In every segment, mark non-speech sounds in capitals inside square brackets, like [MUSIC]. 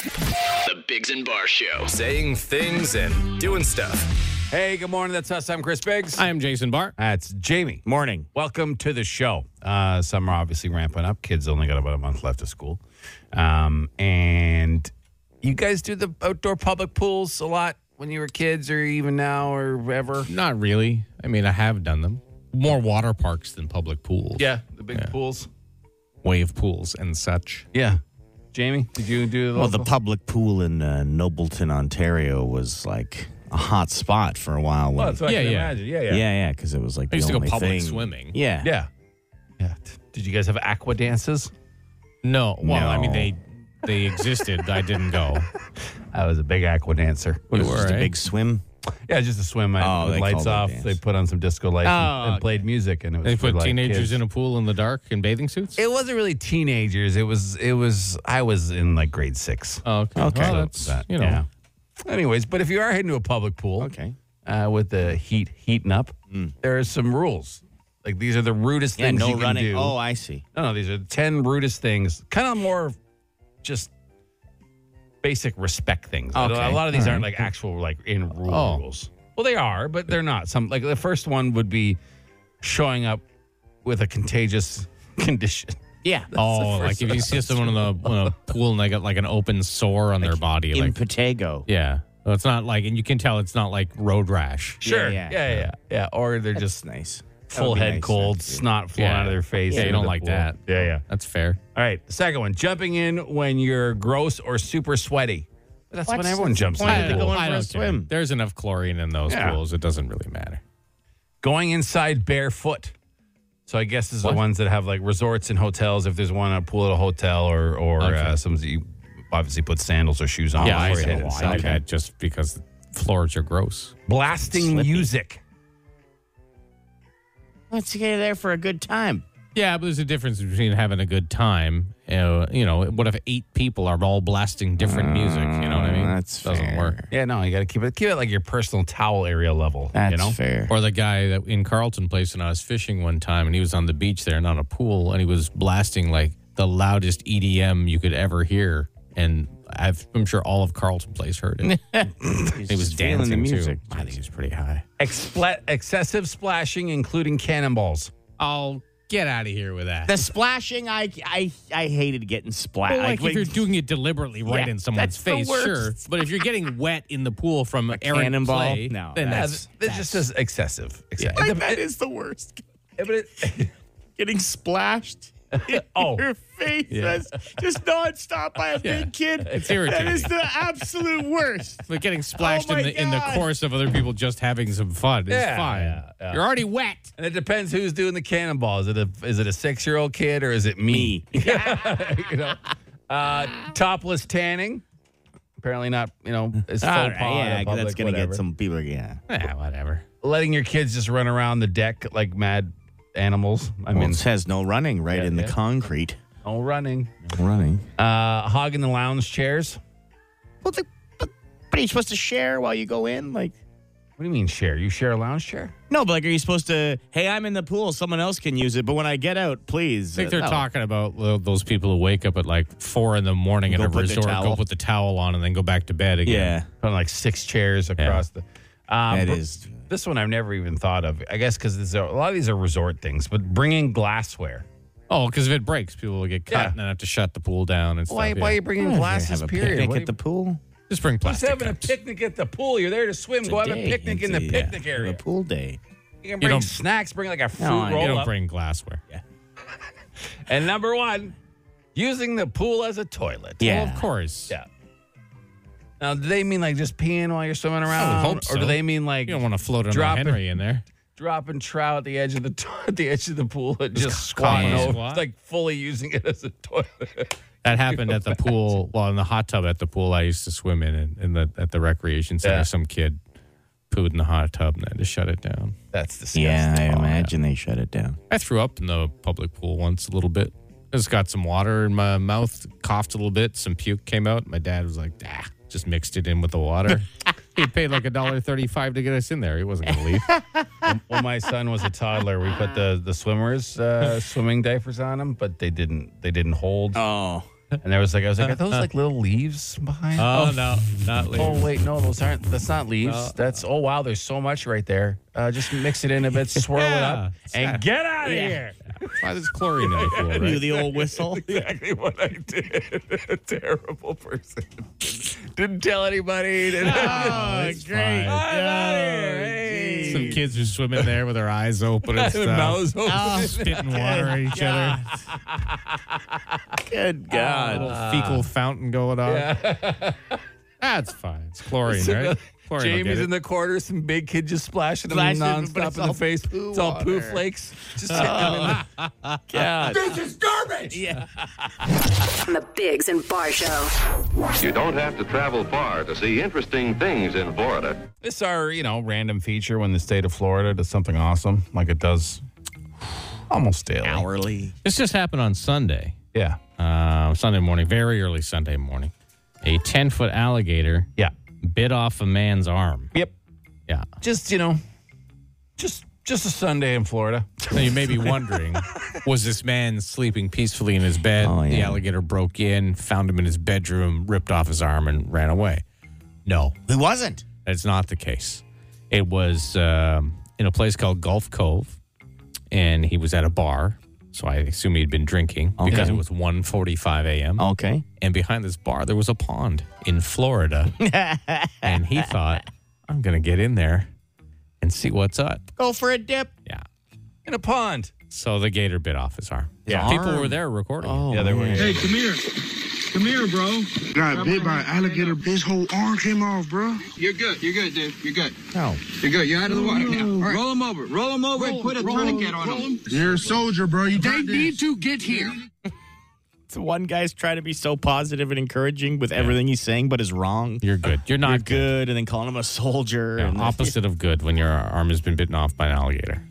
The Biggs and Bar Show. Saying things and doing stuff. Hey, good morning. That's us. I'm Chris Biggs. I am Jason Barr. That's Jamie. Morning. Welcome to the show. Uh, summer obviously ramping up. Kids only got about a month left of school. Um, and you guys do the outdoor public pools a lot when you were kids or even now or ever? Not really. I mean, I have done them. More water parks than public pools. the big pools. Wave pools and such. Yeah. Jamie, did you do the Well, the local- public pool in uh, Nobleton, Ontario was like a hot spot for a while. Oh, when- that's what I Yeah, can yeah. imagine. Yeah, yeah. yeah, yeah, because it was like I used the to go only public thing. swimming. Yeah. Yeah. Yeah. Did you guys have aqua dances? No. Well, I mean, No. they they existed. I didn't go. I was a big aqua dancer. It You was were, just a eh? big swim. Yeah, just a swim. I Oh, with they lights call that off. dance. They put on some disco lights and, Oh, and played music, and it was. They for, put like, teenagers kids. in a pool in the dark in bathing suits. It wasn't really teenagers. It was. It was. I was in like grade six. Oh, okay. Okay. Well, that's That- you know. yeah. Anyways, but if you are heading to a public pool, Okay. uh, with the heat heating up, Mm. there are some rules. Like these are the rudest Yeah, things no you can running. do. Oh, I see. No, no, these are the 10 rudest things. Kind of more just basic respect things. Okay, A lot of these all aren't like actual like in rule Oh. rules. Well, they are, but they're not. Some like the first one would be showing up with a contagious [LAUGHS] condition. Yeah. Oh, like if you see someone in the, in a pool and they got like an open sore on their body, in like Patago. yeah, well, it's not like, and you can tell it's not like road rash. Sure. yeah, yeah, yeah. yeah. Or they're just Just nice. That full would be head nice, cold, actually. snot flowing Yeah. out of their face. Yeah, you into don't the like pool. that. Yeah, yeah. That's fair. All right. Second one, jumping in when you're gross or super sweaty. That's when everyone jumps in. point the of pool. going I for don't a care. swim? There's enough chlorine in those Yeah. pools. It doesn't really matter. going inside barefoot. So I guess this is the What? ones that have like resorts and hotels. If there's one, a pool at a hotel or or uh, some you obviously put sandals or shoes on. Yeah, Oh, I, before you don't head know why I inside. do that just because floors are gross. Blasting music. Let's get there for a good time. Yeah, but there's a difference between having a good time. Uh, you know, what if eight people are all blasting different music? You know what I mean? that's doesn't fair. work. Yeah, no, you got to keep it keep it like your personal towel area level. That's you know, fair. Or the guy that in Carlton Place, and I was fishing one time, and he was on the beach there, not a pool, and he was blasting like the loudest EDM you could ever hear, and I've, I'm sure all of Carlton Place heard it. [LAUGHS] He's he was just feeling dancing the music. too. I think he was pretty high. Expl- excessive splashing, including cannonballs. I'll get out of here with that. The splashing, I, I, I hated getting splashed. Well, like, if you're doing it deliberately right Yeah, in someone's that's the face, sure. worst. But if you're getting wet in the pool from a cannonball? play, No, then Yeah, that's, th- that's just as excessive. Excessive. like, that is the worst. But it- getting splashed [LAUGHS] in Oh. your face. That's just nonstop by a big kid. It's irritating. That is the absolute [LAUGHS] worst. but getting splashed my in the in the God. course of other people just having some fun is Yeah, fine. yeah, yeah. You're already wet. and it depends who's doing the cannonball. Is it a is it a six year old kid or is it me? [LAUGHS] you know, uh, topless tanning. Apparently not, you know, it's faux All pas. right, in yeah, public, that's gonna whatever. get some people. Yeah, Yeah, whatever. Letting your kids just run around the deck like mad animals. I well, mean, it says no running right in yeah. the concrete. no running. No running. Uh, hogging the lounge chairs. Well, the, but, but are you supposed to share while you go in? Like, What do you mean share? You share a lounge chair? no, but like, are you supposed to? Hey, I'm in the pool. Someone else can use it, but when I get out, please. I think uh, they're no. talking about tho- those people who wake up at like four in the morning Go at a put the resort, go towel. put the towel on, and then go back to bed Yeah, again. Putting like six chairs across the. Um, that br- is. This one I've never even thought of. I guess because a lot of these are resort things, but bringing glassware. Oh, because if it breaks, people will get cut Yeah. and then have to shut the pool down and stuff. Why, why are yeah. you bringing Have glasses, a period? picnic What at the pool. Just bring Just plastic. having a cups. picnic at the pool. You're there to swim. Go have a Today, picnic in it's the a- yeah, picnic area. The pool day. You can bring don't- snacks. Bring like a fruit No, I- You you roll don't up. bring glassware. and number one, using the pool as a toilet. Yeah. Well, of course. Yeah. Now, do they mean like just peeing while you're swimming around, I would hope or do so. they mean like You don't want to float another Drop it. Henry in there. dropping trout at the edge of the to- [LAUGHS] at the edge of the pool and just, come squatting on. over, Squat? like fully using it as a toilet? [LAUGHS] That happened at the pool, well, in the hot tub at the pool I used to swim in, in, in the at the recreation center. Yeah. Some kid pooed in the hot tub and I had to shut it down. That's disgusting. Yeah, oh, I imagine they shut it down. I threw up in the public pool once a little bit. I just got some water in my mouth, coughed a little bit, some puke came out. My dad was like, ah, just mixed it in with the water. he paid like a dollar thirty-five to get us in there. He wasn't gonna leave. when my son was a toddler, we [LAUGHS] put the the swimmers uh, swimming diapers on him, but they didn't they didn't hold. Oh, And there was like, I was like, are those Uh-huh. like little leaves behind? Oh, no, not leaves. Oh wait, no, those aren't. That's not leaves. That's oh wow. There's so much right there. Uh, just mix it in a bit, swirl it up, and get out of here. That's why there's chlorine in the pool, Do right? [LAUGHS] the old whistle. Exactly what I did. [LAUGHS] a terrible person. Didn't tell Oh, anybody. Didn't Oh, great. Some kids are swimming there with their eyes open [LAUGHS] and stuff. mouths open. spitting water at each other. Good God. little Ah. fecal fountain going on. That's fine. It's chlorine, [LAUGHS] right? Chlorine will Jamie's in get it. the corner, some big kid just splashing him Splashing him, but nonstop it's in the all face. poo It's all poo Uh, water. flakes. Just hitting him in the- God. on the Bigs and Bar Show. You don't have to travel far to see interesting things in Florida. [LAUGHS] This is our, you know, random feature when the state of Florida does something awesome, like it does almost daily. Hourly. This just happened on Sunday. Yeah. Uh, Sunday morning, very early Sunday morning. A 10 foot alligator Yeah. bit off a man's arm. Yep. Yeah. Just, you know, just just a Sunday in Florida. Now [LAUGHS] you may be wondering was this man sleeping peacefully in his bed? Oh, The yeah. alligator broke in, found him in his bedroom, ripped off his arm, and ran away. No, Who wasn't? That's not the case. It was um, in a place called Gulf Cove, and he was at a bar. So I assume he'd been drinking because Okay. it was 1.45 a.m. Okay. And behind this bar, there was a pond in [LAUGHS] Florida. and he thought, I'm going to get in there and see what's up. Go for a dip. Yeah. In a pond. So the gator bit off his arm. Yeah. People Arm. were there recording. it. Oh, Yeah, they were- man. Hey, come here. Come here, bro. Got bit by an alligator. His whole arm came off, bro. You're good. You're good, dude. You're good. No. You're good. You're out of the water now. All right. Roll him over. Roll him over and put a tourniquet on him. You're a soldier, bro. You got this. to get here. The one guy's trying to be so positive and encouraging with everything he's saying, but is wrong. You're good. You're not You're good. good, and then calling him a soldier. Yeah, and opposite of good when your arm has been bitten off by an alligator.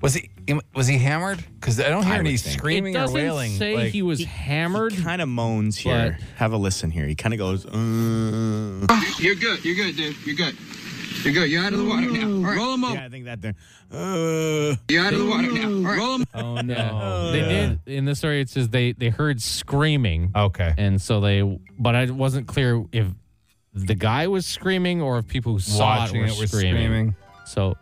Was he was he hammered? Because I don't hear any screaming it or doesn't wailing. say like- he was hammered. kind of moans here. But- Have a listen here. He kind of goes, uh, You're good. You're good, dude. You're good. You're good. You're out of the water now. All right. Roll him over. yeah, I think that there. Uh, You're out of the water now. All right. Roll him. [LAUGHS] Oh no! They did in this story. It says they they heard screaming, okay. and so they. But I wasn't clear if the guy was screaming or if people who saw Watching it were screaming. So,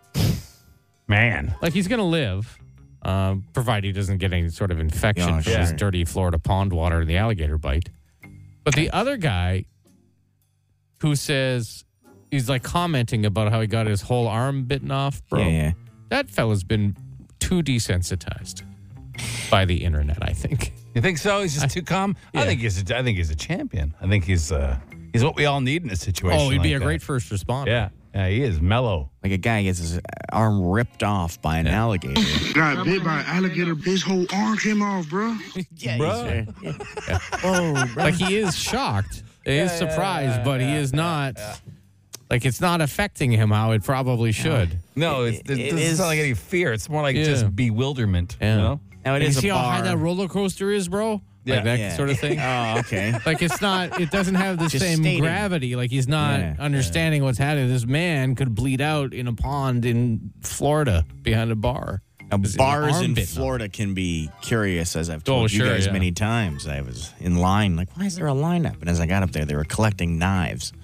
Man. like, he's gonna live, um, provided he doesn't get any sort of infection Yeah, from this sure. dirty Florida pond water and the alligator bite. But the other guy, who says he's like commenting about how he got his whole arm bitten off, bro. yeah, yeah. That fella's been too desensitized by the internet, I think. You think so? He's just too calm. I think he's. A, I think he's a champion. I think he's. Uh, he's what we all need in a situation. Oh, he'd be like a that. great first responder. Yeah. Yeah. He is mellow. Like a guy gets his arm ripped off by an alligator. [LAUGHS] Got bit by an alligator. His whole arm came off, bro. yeah, Bruh. he's- yeah. Whoa, bro. Like he is shocked. He is surprised, but he is not like it's not affecting him how it probably should. No, it's, it, it doesn't is- sound like any fear. It's more like Yeah. just bewilderment. Yeah. You know? Now it you is a see how bar. high that roller coaster is, bro? Yeah. Like that Yeah. sort of thing. Oh, okay. like it's not it doesn't have the Just same stating. gravity. Like he's not Yeah. understanding what's happening. This man could bleed out in a pond in Florida behind a bar. Now, His bars arm in bitten off. Florida can be curious, as I've told sure, you guys yeah. many times. I was in line, like, why is there a lineup? And as I got up there, they were collecting knives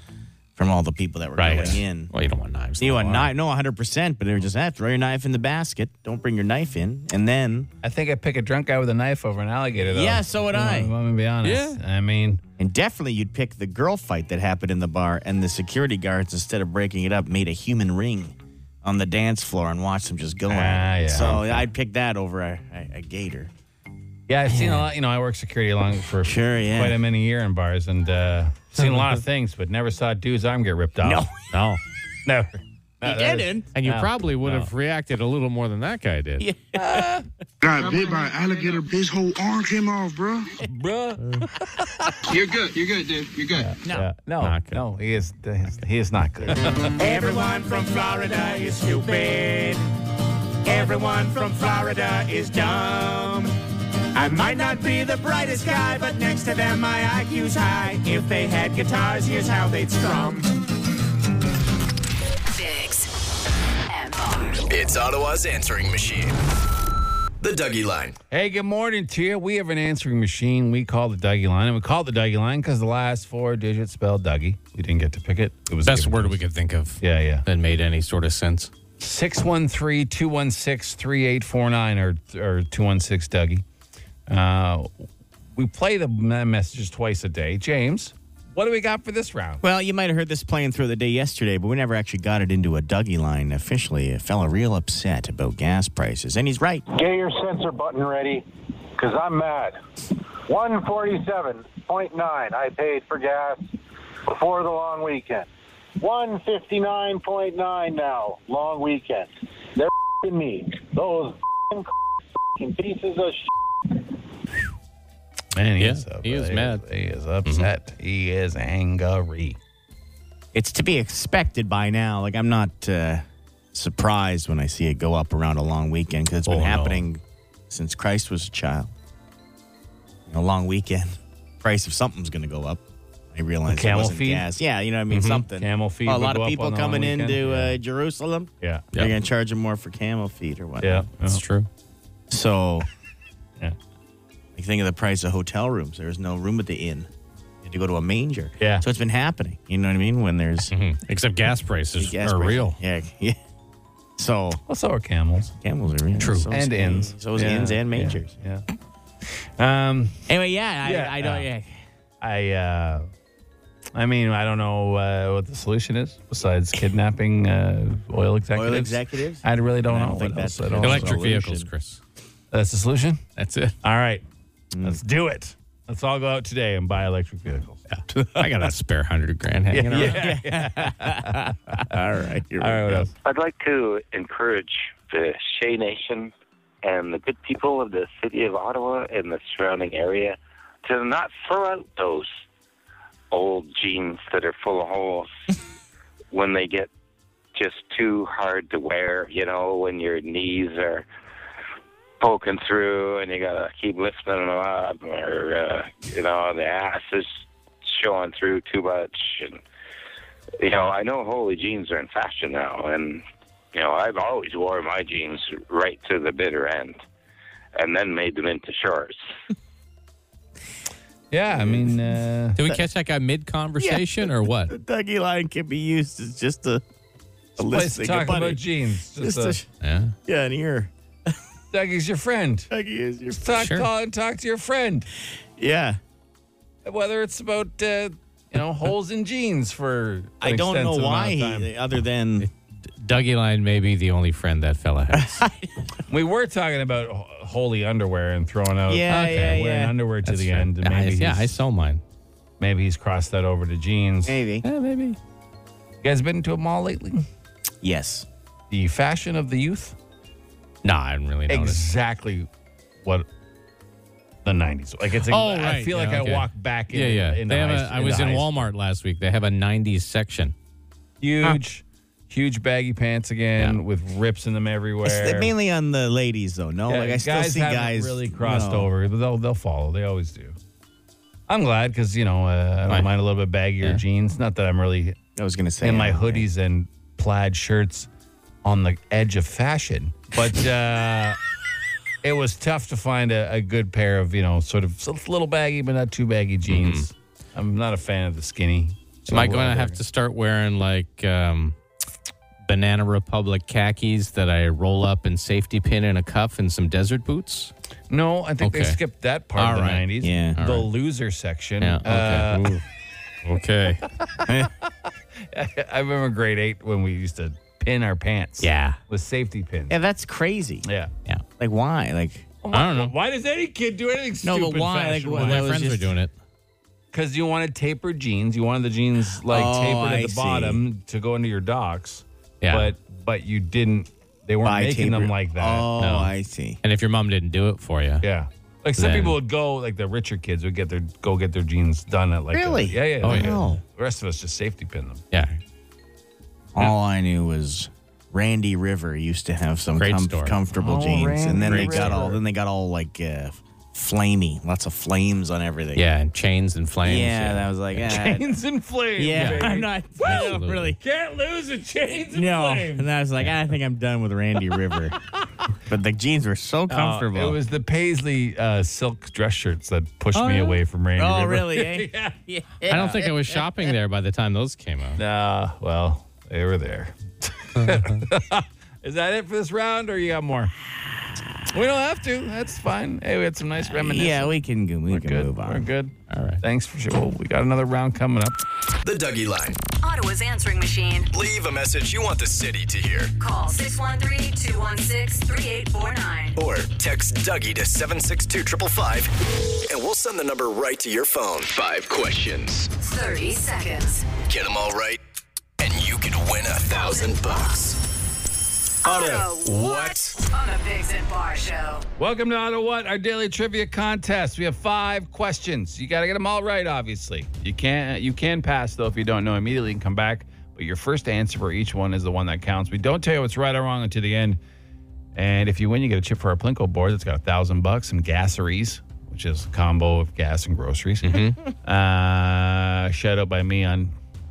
from all the people that were going in. Well, you don't want knives. You in know, the a water. knife, no, 100%, but they were just, ah, throw your knife in the basket. Don't bring your knife in. And then, I think I'd pick a drunk guy with a knife over an alligator, though. Yeah, so would If I. I'm going to be honest. I mean, and definitely you'd pick the girl fight that happened in the bar, and the security guards, instead of breaking it up, made a human ring on the dance floor and watched them just go at Ah, it. yeah. So I'd pick that over a, a, a gator. yeah, I've seen a lot. You know, I worked security long for Sure, yeah. quite a many year in bars and uh, seen a lot of things, but never saw a dude's arm get ripped off. No. No. Never. No, that is- And you No, probably would no. have reacted a little more than that guy did. Got bit by an alligator. His whole arm came off, bro. Bruh. You're good. You're good, dude. You're good. No. no. Not good. No. He is, he is not good. Everyone from Florida is stupid. Everyone from Florida is dumb. I might not be the brightest guy, but next to them my IQ's high. If they had guitars, here's how they'd strum. Bigs and Bar. It's Ottawa's answering machine. The Dougie Line. [LAUGHS] Hey, good morning to you. We have an answering machine we call the Dougie line, and we call it the Dougie line because the last four digits spelled Dougie. We didn't get to pick it. It was Best given word to us. we could think of Yeah, yeah. that made any sort of sense. 613 216 3849 or 216 Dougie. Uh, we play the me- messages twice a day. James, what do we got for this round? Well, you might have heard this playing through the day yesterday, but we never actually got it into a Dougie line officially. A fella real upset about gas prices, and he's right. Get your sensor button ready, because I'm mad. 147.9 I paid for gas before the long weekend. 159.9 now, long weekend. They're fing me. Those fing pieces of shit. Man, Yeah, he is mad. Mm-hmm. He is upset. He is angry. It's to be expected by now. Like I'm not uh, surprised when I see it go up around a long weekend because it's been Oh, no. happening since Christ was a child. A long weekend, price of something's going to go up. I realize camel it wasn't feed? Mm-hmm. gas. Yeah, you know what I mean. Something Camel feed Well, a would lot go of up people on the coming long weekend. into Yeah. uh, Jerusalem. Yeah. They're going to charge them more for camel feed or whatnot. Yeah. That's true. So, [LAUGHS] Yeah. like, think of the price of hotel rooms. There was no room at the inn. You had to go to a manger. Yeah. So it's been happening. You know what I mean? When there's Except gas prices gas are prices. real. Yeah. [LAUGHS] yeah. So Well, so are camels camels are real. True. So and is- inns. So is Yeah, inns and yeah, mangers. Yeah. Um, Anyway, yeah. I, Yeah, I don't. uh, yeah. I, uh, I mean, I don't know uh, what the solution is besides kidnapping uh, oil executives. executives? I really don't I know. don't think what else. that's- I don't know. [LAUGHS] Electric Solution. vehicles, Chris. That's the solution. That's it. All right, Mm. let's do it. Let's all go out today and buy electric vehicles. [LAUGHS] [LAUGHS] I got a spare hundred grand hanging around. All right. You're All right, what else? I'd like to encourage the Shea Nation and the good people of the city of Ottawa and the surrounding area to not throw out those old jeans that are full of holes when they get just too hard to wear, you know, when your knees are poking through and you gotta keep lifting them up or uh, you know, the ass is showing through too much and you know, I know holy jeans are in fashion now, and you know, I've always wore my jeans right to the bitter end, and then made them into shorts. Yeah, I mean, uh, Did we catch that guy mid conversation or what? The Dougie line can be used as just a, a let's list thing talk of money. about jeans. Just Just, uh, a, Yeah. yeah, an ear. Dougie's your friend. Dougie is your. Talk, Sure. call and talk to your friend. Yeah. Whether it's about uh, you know holes in jeans for an I don't know extensive why, amount of time. he, [LAUGHS] other than Dougie Line may be the only friend that fella [LAUGHS] has. We were talking about ho- holy underwear and throwing out Yeah, yeah, wearing yeah. underwear to That's the fair. end. And Yeah, I, maybe yeah, I he's, saw mine. maybe he's crossed that over to jeans. maybe. Yeah, maybe. You guys been to a mall lately? Yes. The fashion of the youth. No, I didn't really notice. Exactly what the '90s. Like it's. Oh, I right. feel Yeah, like okay. I walk back. In, yeah, yeah. In they the have high, a, I the was in high- Walmart last week. They have a 90s section. Huge, huge baggy pants again Yeah. with rips in them everywhere. It's mainly on the ladies, though. No, Oh, Yeah, like I still guys see haven't guys really crossed no. over. But They'll they'll follow. They always do. I'm glad because you know uh, I don't Right. mind a little bit baggier jeans. Not that I'm really I was gonna say in my yeah. hoodies and plaid shirts on the edge of fashion, but [LAUGHS] uh, it was tough to find a, a good pair of you know sort of s- little baggy but not too baggy jeans. I'm not a fan of the skinny. Mm-hmm. Am I going to have to start wearing like um, Banana Republic khakis that I roll up in safety pin and a cuff and some desert boots? No, I think they Okay. skipped that part All of the right. '90s. Yeah. the loser section. Yeah. Uh, Okay. Ooh. okay. I remember grade eight when we used to pin our pants. [LAUGHS] Yeah. With safety pins. Yeah, that's crazy. Yeah. Yeah. Like why? Like I don't know. Why does any kid do anything No, stupid? but why? Like, fashion-wise? what- My that was friends were just- doing it. Because you wanted tapered jeans. You wanted the jeans like Oh, tapered at I the see. bottom to go into your docks. Yeah. But but you didn't. They weren't buy making them tapered- like that. Oh, No. I see. And if your mom didn't do it for you, Yeah. Like some Then- people would go, like the richer kids would get their go get their jeans done at like a- Really? yeah yeah. Oh, like a- yeah. The rest of us just safety pin them. yeah. All I knew was Randy River used to have some Great com- store. comfortable jeans, and then they Oh, Randy got all River. then they got all like uh, flamey, lots of flames on everything. Yeah. And chains and yeah, flames. that was like [LAUGHS] ah, Chains and flames. yeah. baby. [LAUGHS] I'm not I don't Absolutely. really Can't lose a chains and no, flames. [LAUGHS] "Ah, and I was like, I think I'm done with Randy River. But the jeans were Oh, so comfortable. It was the paisley uh, silk dress shirts that pushed me away from Randy. [LAUGHS] oh, River. really? [LAUGHS] Eh? I don't think I was shopping there by the time those came out. Nah, well, they were there. [LAUGHS] Is that it for this round, or you got more? We don't have to. That's fine. Hey, we had some nice reminiscing. Uh, yeah, we can go. We can good. move on. We're good. All right. Thanks for sure. We got another round coming up. The Dougie Line. Ottawa's answering machine. Leave a message you want the city to hear. Call 613-216-3849. Or text Dougie to 762 555 and we'll send the number right to your phone. Five questions. 30 seconds. Get them all right, and you could win a thousand bucks. Auto what? On the Bigs and Bar Show. Welcome to Auto What, our daily trivia contest. We have five questions. You got to get them all right, obviously. You can you can pass though if you don't know immediately and come back. But your first answer for each one is the one that counts. We don't tell you what's right or wrong until the end. And if you win, you get a chip for our Plinko board. It's got a thousand bucks, some gasseries, which is a combo of gas and groceries. Mm-hmm. [LAUGHS] Uh, shout out by me on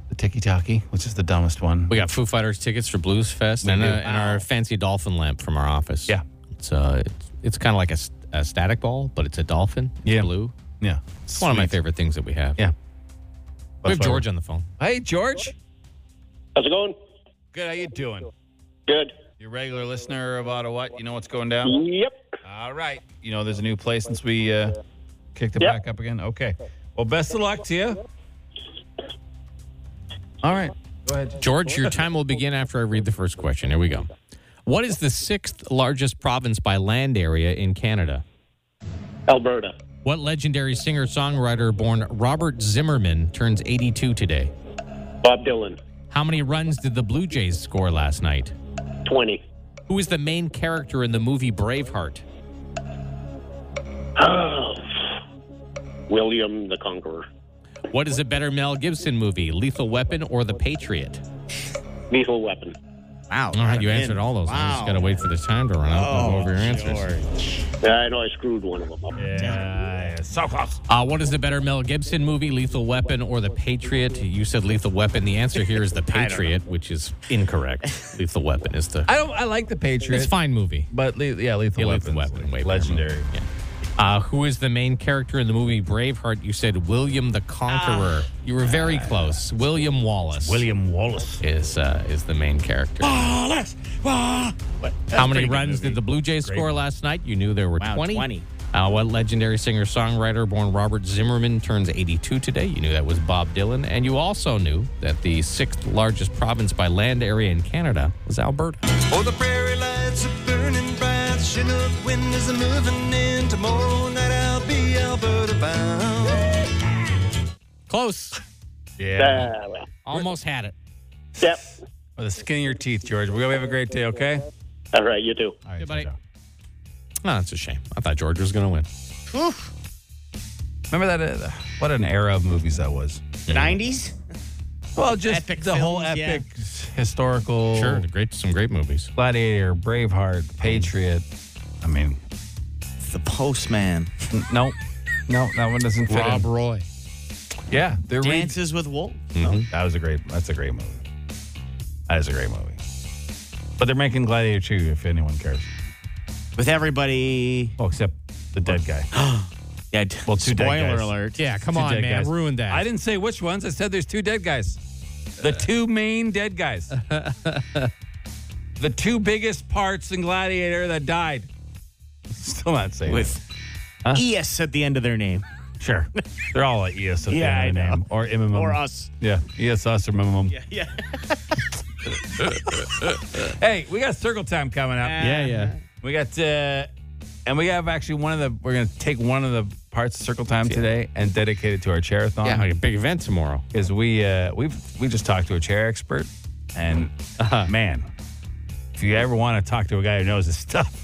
the Tiki Taki, which is the dumbest one. We got Foo Fighters tickets for Blues Fest and, uh, do. and our fancy dolphin lamp from our office. Yeah. It's, uh, it's, it's kind of like a, s- a static ball, but it's a dolphin. It's Yeah. blue. Yeah, It's one of my favorite things that we have. Yeah. We have That's why George on the phone. we're- Hey, George. How's it going? Good. How you doing? Good. Your regular listener of Auto What, you know what's going down? Yep. All right. You know there's a new place since we uh, kicked it Yep. back up again? Okay. Well, best of luck to you. All right. Go ahead. George, your time will begin after I read the first question. Here we go. What is the sixth largest province by land area in Canada? Alberta. What legendary singer songwriter born Robert Zimmerman turns 82 today? Bob Dylan. How many runs did the Blue Jays score last night? 20. Who is the main character in the movie Braveheart? Oh. [SIGHS] William the Conqueror. What is a better Mel Gibson movie, Lethal Weapon or The Patriot? Lethal Weapon. Wow. All right, what you a answered win. all those. I Wow. just got to wait for the time to run out and go over Oh, your answers. Yeah, I know I screwed one of them up. Yeah, so close. Uh, what is the better Mel Gibson movie, Lethal Weapon or The Patriot? You said Lethal Weapon. The answer here is [LAUGHS] The Patriot, which is incorrect. Lethal Weapon is the. I don't. Oh, I like the Patriots, It's a fine movie. but le- yeah, lethal Yeah, weapons, Lethal Weapon, way better legendary. movie. Uh, who is the main character in the movie Braveheart? You said William the Conqueror. you were very close. Ah. William Ah, Wallace. William Wallace. is uh, is the main character. How many runs did the Blue Jays score last night? You knew there were Wow, 20. 20. Uh, what legendary singer songwriter born Robert Zimmerman turns 82 today? You knew that was Bob Dylan. And you also knew that the sixth largest province by land area in Canada was Alberta. Oh, the prairie lights are burning bright. Chinook wind is moving in. Tomorrow night I'll be Alberta bound. Close. Yeah. Ah, well. Almost had it. Yep. With a skin in your teeth, George. We hope you have a great day. Okay. All right, you too. All right, buddy. ciao, ciao. No, it's Ah, a shame. I thought George was going to win. Remember that? Uh, what an era of movies that was. [GASPS] 90s? Well, just Epic the whole films, yeah. epic historical. Sure, great, some great movies. Gladiator, Braveheart, Patriot. I mean, The postman. n- no, no, that one doesn't fit. in. Roy. Yeah, they're Dances with wolves. That was a great. That's a great movie. That is a great movie. But they're making Gladiator 2 if anyone cares. With everybody. Oh, except the dead guy. Yeah, Well, two dead spoiler guys. alert. Yeah, come Two on, dead man. guys. Ruined that. I didn't say which ones. I said there's two dead guys. The two main dead [LAUGHS] guys. the two biggest parts in Gladiator that died. [LAUGHS] Still not saying it. With ES at the end of their name. [LAUGHS] Sure. They're all at E ES at Yeah, the end of I the know. name. Or MMM. [LAUGHS] Or us. Yeah. ES us or MMM. Yeah. Hey, we got circle time coming up. Yeah, yeah. We got, uh, and we have actually one of the, we're going to take one of the parts of circle time today and dedicate it to our charathon. Yeah, like a big event tomorrow. Is we, uh, we've, we just talked to a chair expert and Uh-huh. man, if you ever want to talk to a guy who knows his stuff,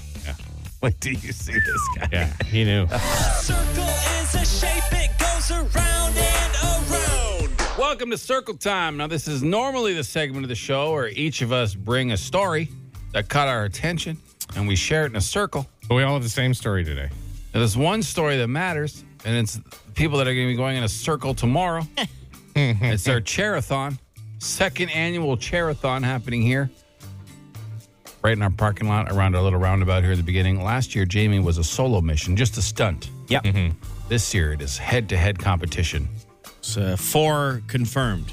[LAUGHS] wait till you see this guy. Yeah, he knew. Welcome to Circle Time. Now, this is normally the segment of the show where each of us bring a story that caught our attention and we share it in a circle. But we all have the same story today. Now, there's one story that matters, and it's people that are going to be going in a circle tomorrow. it's our Charathon, second annual Charathon happening here. right in our parking lot around our little roundabout here at the beginning. Last year, Jamie was a solo mission, just a stunt. Yep. This year, it is head to head competition. It's, uh, four confirmed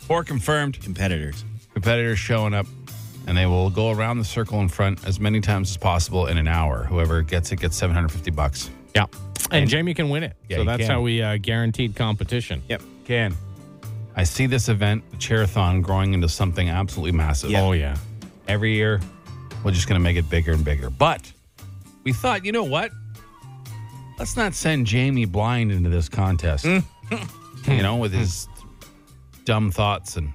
Four confirmed [LAUGHS] competitors. competitors showing up, and they will go around the circle in front as many times as possible in an hour. Whoever gets it gets 750 bucks. Yeah. And Jamie can win it. Yeah, so he that's can. how we uh, guaranteed competition. Yep. Can. I see this event, the Charathon, growing into something absolutely massive. Yeah. Oh, yeah. every year we're just going to make it bigger and bigger but we thought you know what let's not send jamie blind into this contest [LAUGHS] you know with his dumb thoughts and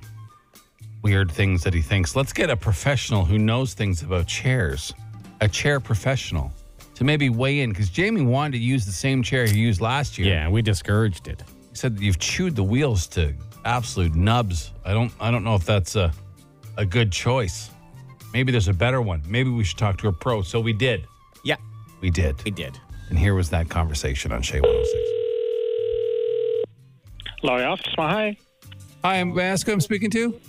weird things that he thinks let's get a professional who knows things about chairs a chair professional to maybe weigh in because jamie wanted to use the same chair he used last year Yeah, we discouraged it. he said that you've chewed the wheels to absolute nubs. I don't I don't know if that's a a good choice. Maybe there's a better one. Maybe we should talk to a pro. So we did. Yeah, We did. we did. And here was that conversation on Shea 106. Laurie Officer, hi. Hi, I'm Vasco. I'm speaking to.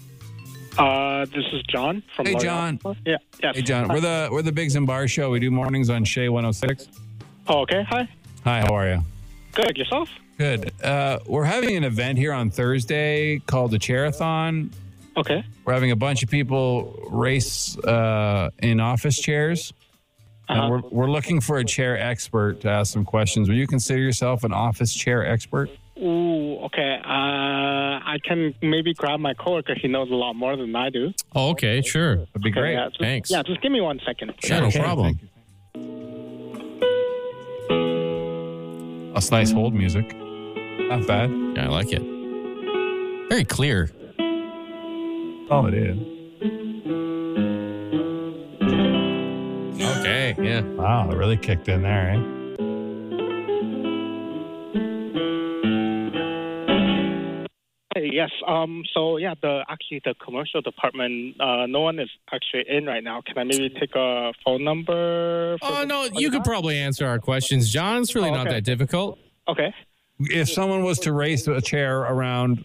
Uh, this is John from. Hey, Laurie John. Officer. Yeah. Yes. Hey John, we're the we're the Bigs and Bar show. We do mornings on Shea 106. Oh, okay. Hi. Hi, how are you? Good. Yourself? Good. Uh, we're having an event here on Thursday called the Charathon. Okay. We're having a bunch of people race uh, in office chairs. Uh-huh. And we're, we're looking for a chair expert to ask some questions. Would you consider yourself an office chair expert? Ooh. Okay. Uh, I can maybe grab my coworker. He knows a lot more than I do. Oh, okay. Sure. That'd be Okay, great. yeah, just, Thanks. Yeah. Just give me one second. Sure, no problem. That's nice hold music. Not bad. Yeah, I like it. Very clear. Oh, it is. Okay. Yeah. Wow, it really kicked in there, eh? Hey, yes. Um. So yeah, the actually the commercial department. Uh, no one is actually in right now. Can I maybe take a phone number? for Oh, the- no. for You the could guy? probably answer our questions, John. It's really Oh, not okay. that difficult. Okay. If someone was to race a chair around,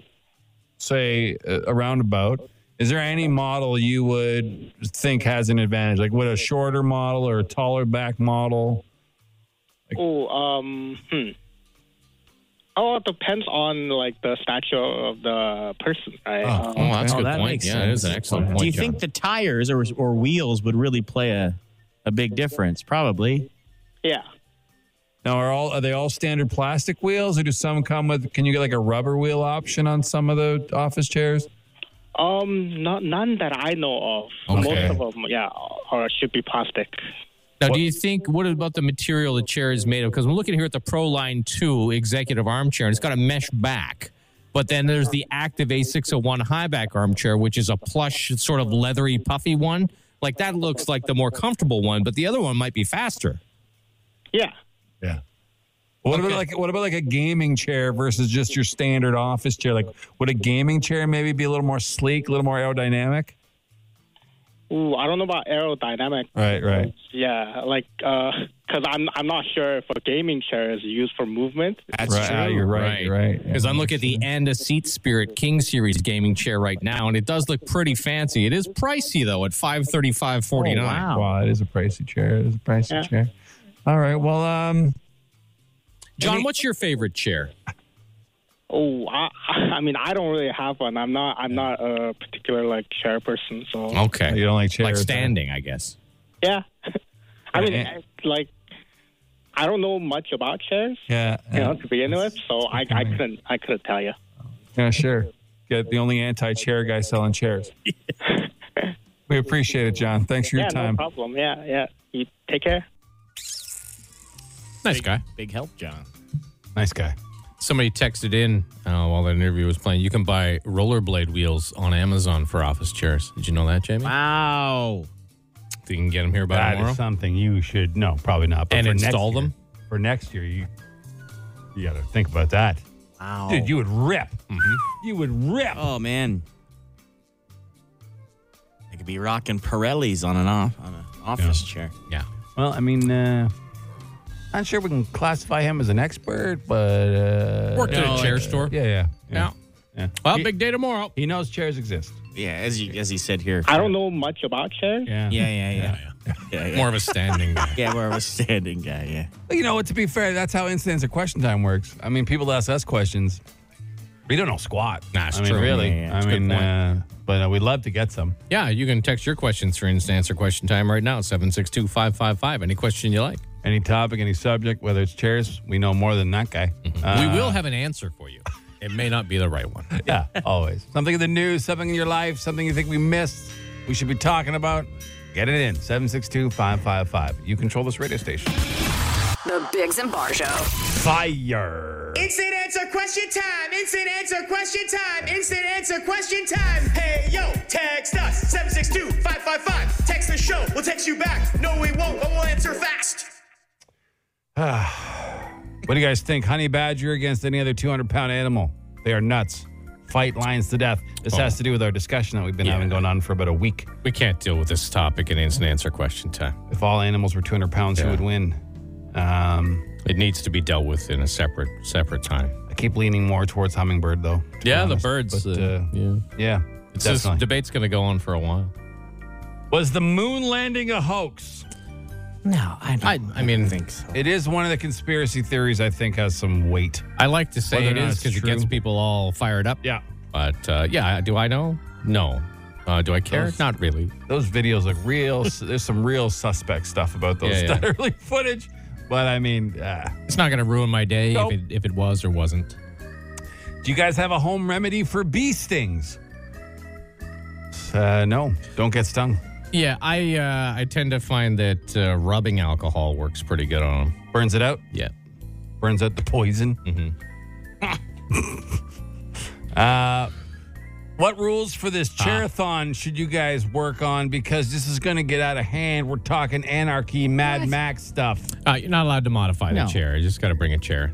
say, a a roundabout, is there any model you would think has an advantage? Like, would a shorter model or a taller back model? Oh. Um. Hmm. Oh, it depends on like the stature of the person, right? Um, Oh, that's a Oh, good that point. makes Yeah, sense. it is an excellent point. Do you John. think the tires or, or wheels would really play a, a big difference? Probably. yeah. Now, are all are they all standard plastic wheels, or do some come with? Can you get like a rubber wheel option on some of the office chairs? Um, not none that I know of. Okay. Most of them, yeah, or should be plastic. Now, do you think what about the material the chair is made of? Because I'm looking here at the ProLine 2 executive armchair, and it's got a mesh back. But then there's the Active A601 highback armchair, which is a plush, sort of leathery, puffy one. Like that looks like the more comfortable one, but the other one might be faster. Yeah. Yeah. What about like what about like a gaming chair versus just your standard office chair? Like, would a gaming chair maybe be a little more sleek, a little more aerodynamic? Ooh, I don't know about aerodynamic. Right, right. Yeah, like, uh, cause I'm I'm not sure if a gaming chair is used for movement. That's right. ah, You're right. You're right. Because I'm looking at the end of Seat Spirit King Series gaming chair right now, and it does look pretty fancy. It is pricey though, at five thirty five forty nine. wow. Oh, Wow, it is a pricey chair. It is a pricey Oh, Yeah. chair. All right. Well, um, John, what's your favorite chair? Oh, I [LAUGHS] I mean I don't really have one. I'm not I'm not a particular like chair person. So you Okay, don't like chairs, like huh? standing, I guess. yeah, [LAUGHS] I mean Yeah. I- like I don't know much about chairs. Yeah. You yeah. know, to begin with, so I, I couldn't I couldn't tell you. Yeah, sure. Get the only anti-chair guy [LAUGHS] selling chairs. we appreciate it, John. Thanks for your yeah, time. no problem. Yeah, yeah. You take care. Nice guy. Big help, John. nice guy. Somebody texted in uh, while the interview was playing. You can buy rollerblade wheels on Amazon for office chairs. Did you know that, Jamie? Wow. You can get them here by That is tomorrow. something you should know. Probably not. But And for next install year- them? for next year. You you got to think about that, Wow. dude. You would rip. You would rip. oh, man. I could be rocking Pirellis on an off on an office chair. yeah. Well, I mean, uh, not sure we can classify him as an expert, but uh, Worked at you know, a chair like, store. Yeah, yeah, yeah. Yeah. yeah. Well, He- big day tomorrow. he knows chairs exist. yeah, as you as he said here. I don't know much about chairs. Yeah, yeah, yeah, yeah. More of a standing guy. yeah, more of a standing guy. Yeah. Well, you know, what? to be fair, that's how incidents of question time works. I mean, people ask us questions. We don't know squat. That's I mean, true. really. Yeah, yeah, that's I a good mean, point. uh, but uh, we'd love to get some. Yeah, you can text your questions for instant answer question time right now, 762 555. Any question you like. Any topic, any subject, whether it's chairs, we know more than that guy. we Uh, will have an answer for you. It may not be the right one. Yeah, always. Something in the news, something in your life, something you think we missed, we should be talking about. Get it in 762 555. You control this radio station. The Biggs and Bar Show. Fire. Instant answer question time. Instant answer question time. Instant answer question time. Hey, yo, text us 762 555. Text the show. We'll text you back. No, we won't, but we'll answer fast. What do you guys think? Honey badger against any other 200 pound animal? They are nuts. Fight lions to death. Oh. This has to do with our discussion that we've been having going on for about a week. We can't deal with this topic in instant answer question time. If all animals were 200 pounds, who Yeah. would win? Um, It needs to be dealt with in a separate separate time. I keep leaning more towards hummingbird, though. to be Yeah, the honest. birds. But, uh, uh, yeah. yeah, It's this definitely. debate's going to go on for a while. Was the moon landing a hoax? No, I I, I mean, It is one of the conspiracy theories I think has some weight. I like to say Whether or it not is it's because it true. gets people all fired up. Yeah. But uh, yeah, do I know? No. Uh, do I care? Those- Not really. Those videos look real. there's some real suspect stuff about those Yeah, yeah. that [LAUGHS] early footage. But I mean, uh, It's not going to ruin my day Nope. if, it, if it was or wasn't. do you guys have a home remedy for bee stings? Uh, no, don't get stung. Yeah, I uh, I tend to find that uh, rubbing alcohol works pretty good on them. Burns it out. Yeah. Burns out the poison. [LAUGHS] Mm-hmm. uh, what rules for this Uh. charathon should you guys work on? Because this is going to get out of hand. We're talking anarchy, Mad Max stuff. Uh, you're not allowed to modify the No. chair. You just got to bring a chair.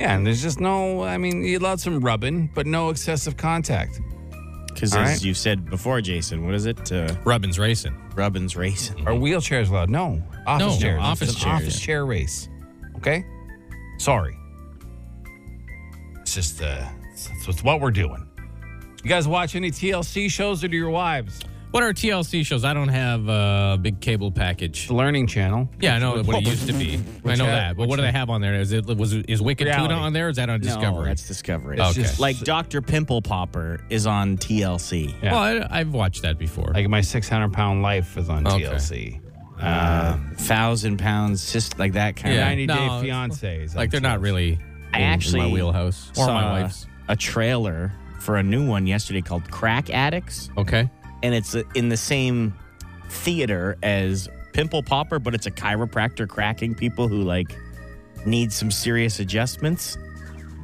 Yeah, and there's just no, I mean, you allowed some rubbing, but no excessive contact. Mm-hmm. Because All as right. you've said before, Jason, what is it? Uh, Rubbin's racing. Rubbin's racing. Are wheelchairs allowed? No. Office No, chairs. office it's an chairs. office chair race. Okay? Sorry. It's just, uh, it's, it's what we're doing. You guys watch any TLC shows or do your wives? What are TLC shows? I don't have a big cable package. The Learning Channel. Yeah, I know what it used [LAUGHS] to be. I Which know had- that. But what which do they have on there? Is it was is Wicked Reality. Tuna on there? Is that on No, Discovery? that's Discovery. It's Okay. just- like Doctor Pimple Popper is on TLC. Yeah. Well, I, I've watched that before. Like my 600 pound life is on Okay. TLC. Thousand pounds, just like that kind Yeah. of. 90 No, Day it's- Fiance. is on like they're not TLC. really I in- actually in my wheelhouse or my saw wife's. A trailer for a new one yesterday called Crack Addicts, Okay. and it's uh, in the same theater as Pimple Popper, but it's a chiropractor cracking people who like need some serious adjustments.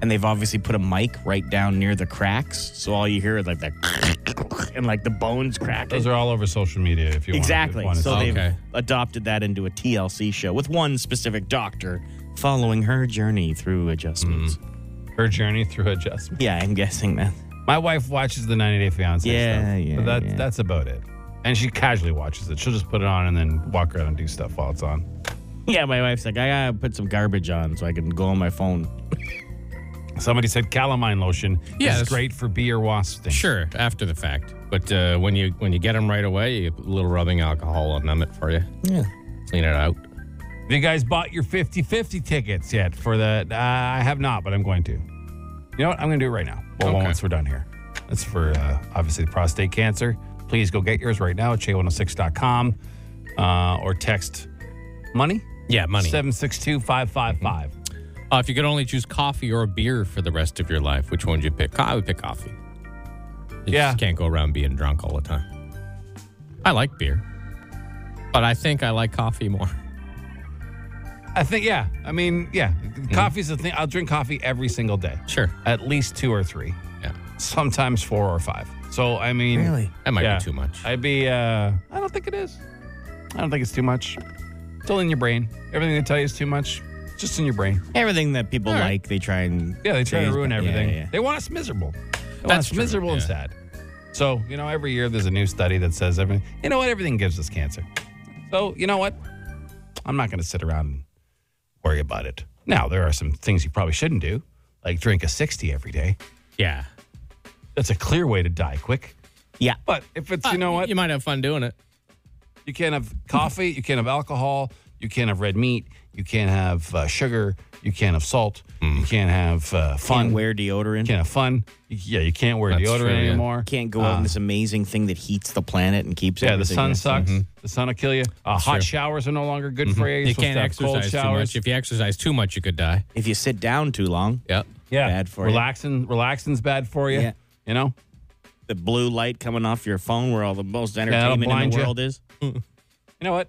And they've obviously put a mic right down near the cracks, so all you hear is like that, and like the bones cracking. Those are all over social media if you Exactly. want to. so see. they've Okay. adopted that into a TLC show with one specific doctor following her journey through adjustments. Mm-hmm. her journey through adjustment. Yeah, I'm guessing that. [LAUGHS] My wife watches the 90 Day Fiance Yeah, stuff. yeah, But that, yeah. that's about it. And she casually watches it. She'll just put it on and then walk around and do stuff while it's on. Yeah, my wife's like, I gotta put some garbage on so I can go on my phone. Somebody said calamine lotion Yeah, is that's- great for bee or wasp stings. Sure, after the fact. But uh, when you when you get them right away, you put a little rubbing alcohol will numb it for you. Yeah. Clean it out. Have you guys bought your 50 50 tickets yet for the. Uh, I have not, but I'm going to. You know what? I'm going to do it right now. Well, Okay. once we're done here. That's for uh, obviously the prostate cancer. Please go get yours right now at j106.com uh, or text money Yeah, money. 762 555. Uh, if you could only choose coffee or beer for the rest of your life, which one would you pick? I would pick coffee. You Yeah. just can't go around being drunk all the time. I like beer, but I think I like coffee more. I think, yeah. I mean, yeah. Coffee's the thing. I'll drink coffee every single day. Mm-hmm. Sure. At least two or three, Yeah. sometimes four or five. So, I mean, That might Yeah. be too much. I'd be, uh, I don't think it is. I don't think it's too much. It's all in your brain. Everything they tell you is too much. It's just in your brain. Everything that people All right. like, they try and. Yeah, they try to change, ruin but- everything. Yeah, yeah. They want us miserable. They want That's us true, miserable and yeah. sad. So, you know, every year there's a new study that says everything, you know what, everything gives us cancer. So, you know what? I'm not going to sit around and worry about it. Now, there are some things you probably shouldn't do, like drink a 60 every day. yeah. That's a clear way to die quick. Yeah. But if it's, you know what? You might have fun doing it. You can't have coffee. You can't have alcohol. You can't have red meat. You can't have uh, sugar. You can't have salt. Mm. You can't have uh, fun. Can't wear deodorant. You can't have fun. You- Yeah, you can't wear That's deodorant true, yeah. anymore. Can't go out in this amazing thing that heats the planet and keeps. Ah. Yeah, the everything sun nice and- sucks. Mm-hmm. The sun will kill you. Uh, hot showers are no longer good for you. You're You supposed can't to have cold exercise too showers. much. If you exercise too much, you could die. If you sit down too long, Yeah. yeah, bad for you. relaxing, relaxing's bad for you. Yeah. You know, the blue light coming off your phone, where all the most that'll entertainment in blind the you. world is. you know what?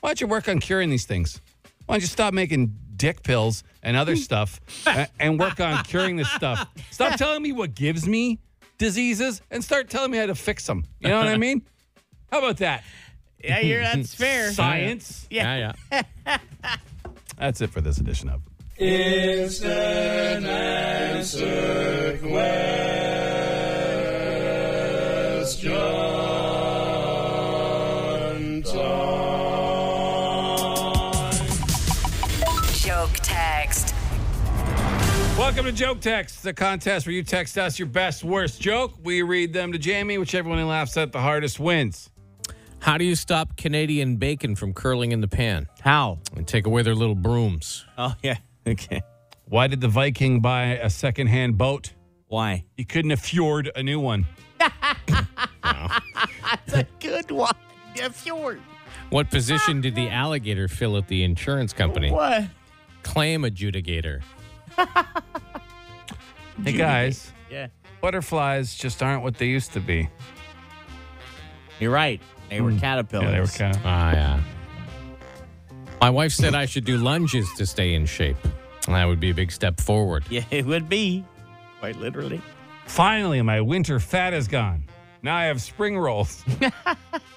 Why don't you work on curing these things? Why don't you stop making dick pills and other stuff a- and work on curing this stuff? Stop telling me what gives me diseases and start telling me how to fix them. You know what I mean? How about that? Yeah, [LAUGHS] you're, that's fair. Science. Yeah. Yeah. That's it for this edition of. Joke text. Welcome to Joke Text, the contest where you text us your best, worst joke. We read them to Jamie, whichever one he laughs at the hardest wins. How do you stop Canadian bacon from curling in the pan? How? And take away their little brooms. Oh yeah. [LAUGHS] Okay. Why did the Viking buy a secondhand boat? Why? He couldn't have fjord a new one. Good one. Yeah, fjord. What position did the alligator fill at the insurance company? What? Claim adjudicator. Hey guys, Yeah. butterflies just aren't what they used to be. You're right. They were caterpillars. Hmm. Yeah, they were kind of. Ah, yeah. My wife said I should do lunges to stay in shape. That would be a big step forward. Yeah, it would be. Quite literally. Finally, my winter fat is gone. Now I have spring rolls. [LAUGHS]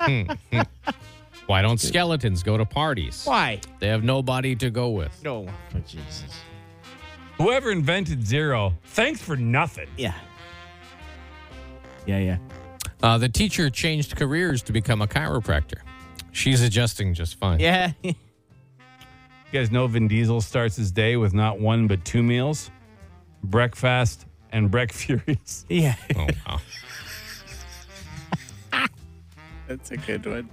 Why don't skeletons go to parties? Why? They have nobody to go with. No. Oh, For Jesus. Whoever invented zero, thanks for nothing. Yeah. Yeah, yeah. Uh, the teacher changed careers to become a chiropractor. She's adjusting just fine. Yeah. You guys know Vin Diesel starts his day with not one but two meals, breakfast and Breck [LAUGHS] Furious. [LAUGHS] yeah. Oh, wow. [LAUGHS] That's a good [LAUGHS] one.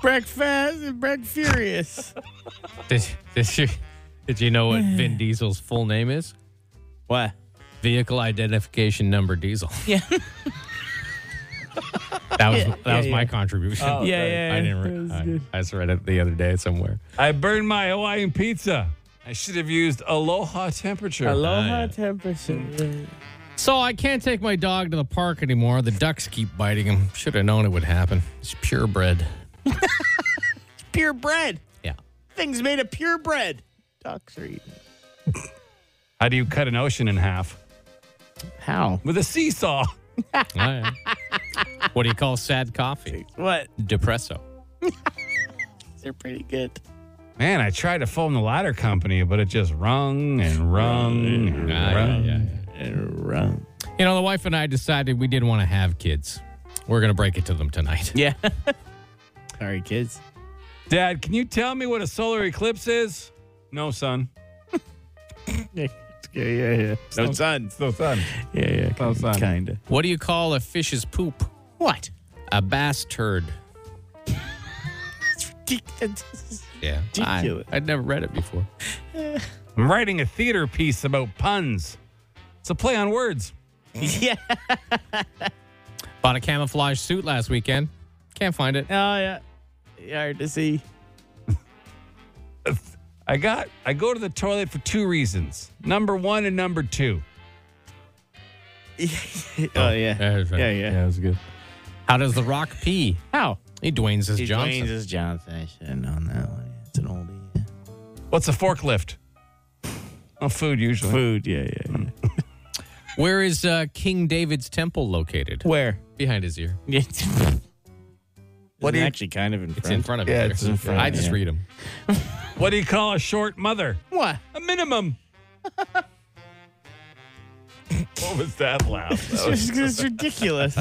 Breakfast and Breck Furious. did, did, you, did you know [SIGHS] what Vin Diesel's full name is? What? Vehicle Identification Number Diesel. Yeah. [LAUGHS] that was that was my contribution. Yeah, yeah, I yeah. didn't. Re- I, I just read it the other day somewhere. I burned my Hawaiian pizza. I should have used Aloha temperature. Aloha temperature. So I can't take my dog to the park anymore. The ducks keep biting him. Should have known it would happen. It's purebred. Pure bread. Yeah. Things made of pure bread. Ducks are eating. How do you cut an ocean in half? How? With a seesaw. All right. what do you call sad coffee? What? Depresso. They're pretty good. Man, I tried to phone the ladder company, but it just rung and rung and Ah, Yeah, rung. yeah, yeah, Wrong. yeah. You know, the wife and I decided we didn't want to have kids. We're gonna break it to them tonight. [LAUGHS] Yeah. [LAUGHS] Sorry, kids. Dad, can you tell me what a solar eclipse is? No, son. Yeah, yeah, yeah. No sons. No, son. Yeah, yeah. No, son. Kinda. What do you call a fish's poop? What? A bass turd. [LAUGHS] Oh, Yeah. Ridiculous. I, I'd never read it before. I'm writing a theater piece about puns. It's a play on words. yeah. Bought a camouflage suit last weekend. Can't find it. Oh yeah. Yeah, hard to see. I got I go to the toilet for two reasons. Number one and number two. Oh yeah. Yeah, Yeah, yeah. it was good. How does The Rock pee? How? He Dwayne's his Johnson. Dwayne's is Johnson. I should have known that one. It's an oldie. What's a forklift? Oh, food usually. Food. Yeah, yeah. yeah. Where is uh, King David's temple located? Where? Behind his ear. [LAUGHS] It's What what do you- actually kind of in front. It's in front of Yeah, his ear. it's in front, I just yeah. read him. What do you call a short mother? What? A [LAUGHS] minimum. what was that laugh? That was- [LAUGHS] It's, it's [LAUGHS] ridiculous.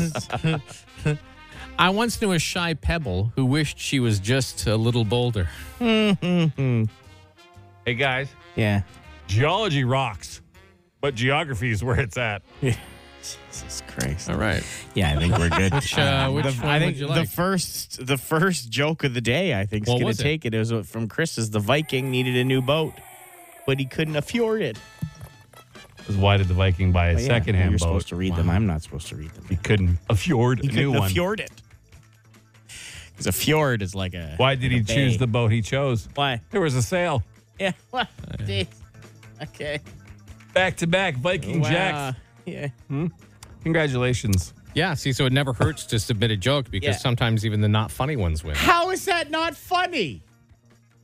I once knew a shy pebble who wished she was just a little boulder. [LAUGHS] hey guys, yeah. geology rocks, but geography is where it's at. Jesus Christ. All right. Yeah, I think we're [LAUGHS] good. Which, uh, which The- one I think would you the like? first the first joke of the day I think is What going was it? to take it. It was from Chris's. The Viking needed a new boat, but he couldn't afford it. Because why did the Viking buy a Oh, yeah. secondhand You're boat? supposed to read them. I'm not supposed to read them. He couldn't afford He a new couldn't one. afford it. Because a fjord is like a. Why did he a bay. choose the boat he chose? Why? [LAUGHS] There was a sale. Yeah. What? Jeez. okay. Back to back Viking Wow. Jacks. Yeah. Congratulations. Yeah, see, so it never hurts to submit a joke because Yeah. sometimes even the not funny ones win. How is that not funny?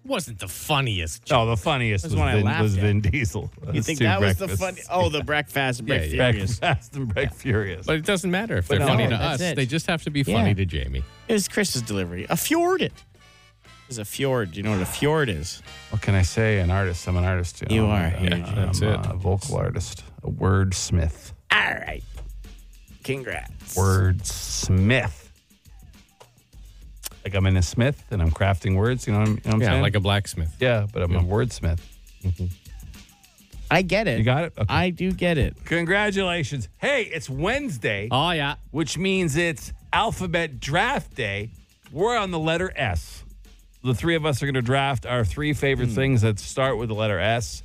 Wasn't the funniest joke. Oh, the funniest was That's one I Vin, laughed was at. Vin Diesel. You That's think two that was the breakfasts. funny? Oh, the breakfast, breakfast. yeah. furious. Breakfast and Break Furious. But it doesn't matter if But they're no, funny to us. that's it. They just have to be Yeah. funny to Jamie. It was Chris's delivery. A fjord it. Is a fjord. Do you know what a fjord is? What can I say? An artist. I'm an artist. You, You know, are. I'm, Yeah, that's I'm it. A vocal artist. A wordsmith. All right. Congrats. Wordsmith. Like I'm in a smith and I'm crafting words. You know what I'm, you know what I'm Yeah, saying? like a blacksmith. yeah, but I'm a wordsmith. I get it. You got it? Okay. I do get it. Congratulations. Hey, it's Wednesday, Oh, yeah. which means it's alphabet draft day. We're on the letter S. The three of us are going to draft our three favorite Hmm. things that start with the letter S.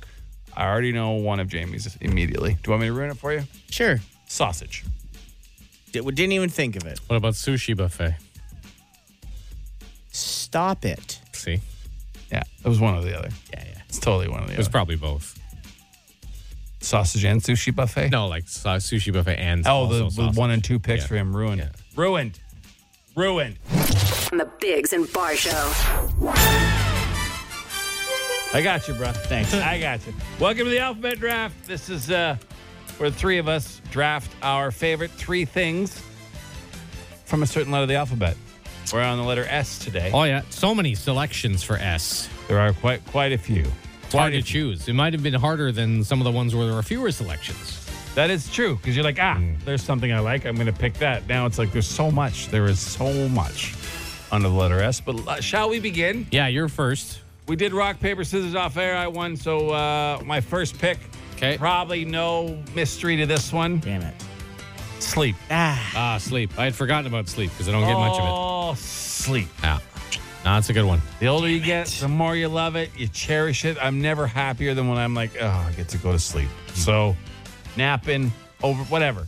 I already know one of Jamie's immediately. Do you want me to ruin it for you? Sure. Sausage. D- we didn't even think of it. What about sushi buffet? Stop it. See, Yeah, it was one or the other. Yeah, yeah. It's totally one or the it was other. probably both. Sausage and sushi buffet? No, like su- sushi buffet and Oh, the, also the sausage. one and two picks Yeah. for him ruined. Yeah. Ruined. Ruined. On the Bigs and Bar Show. I got you, bro. [LAUGHS] Thanks. I got you. Welcome to the Alphabet Draft. This is uh, where the three of us draft our favorite three things from a certain letter of the alphabet. We're on the letter S today. Oh yeah, so many selections for S. There are quite quite a few. It's hard to choose. It might have been harder than some of the ones where there were fewer selections. Mm. That is true because you're like, ah, there's something I like. I'm going to pick that. Now it's like there's so much. There is so much under the letter S. But uh, shall we begin? Yeah, you're first. We did rock, paper, scissors off air. I won. So uh, my first pick. 'Kay. Probably no mystery to this one. Damn it. Sleep. Ah. Ah, sleep. I had forgotten about sleep because I don't get much of it. Oh, sleep. Yeah, no, that's a good one. The older you get, the more you love it. You cherish it. I'm never happier than when I'm like, oh, I get to go to sleep. Mm-hmm. So, napping, over, whatever,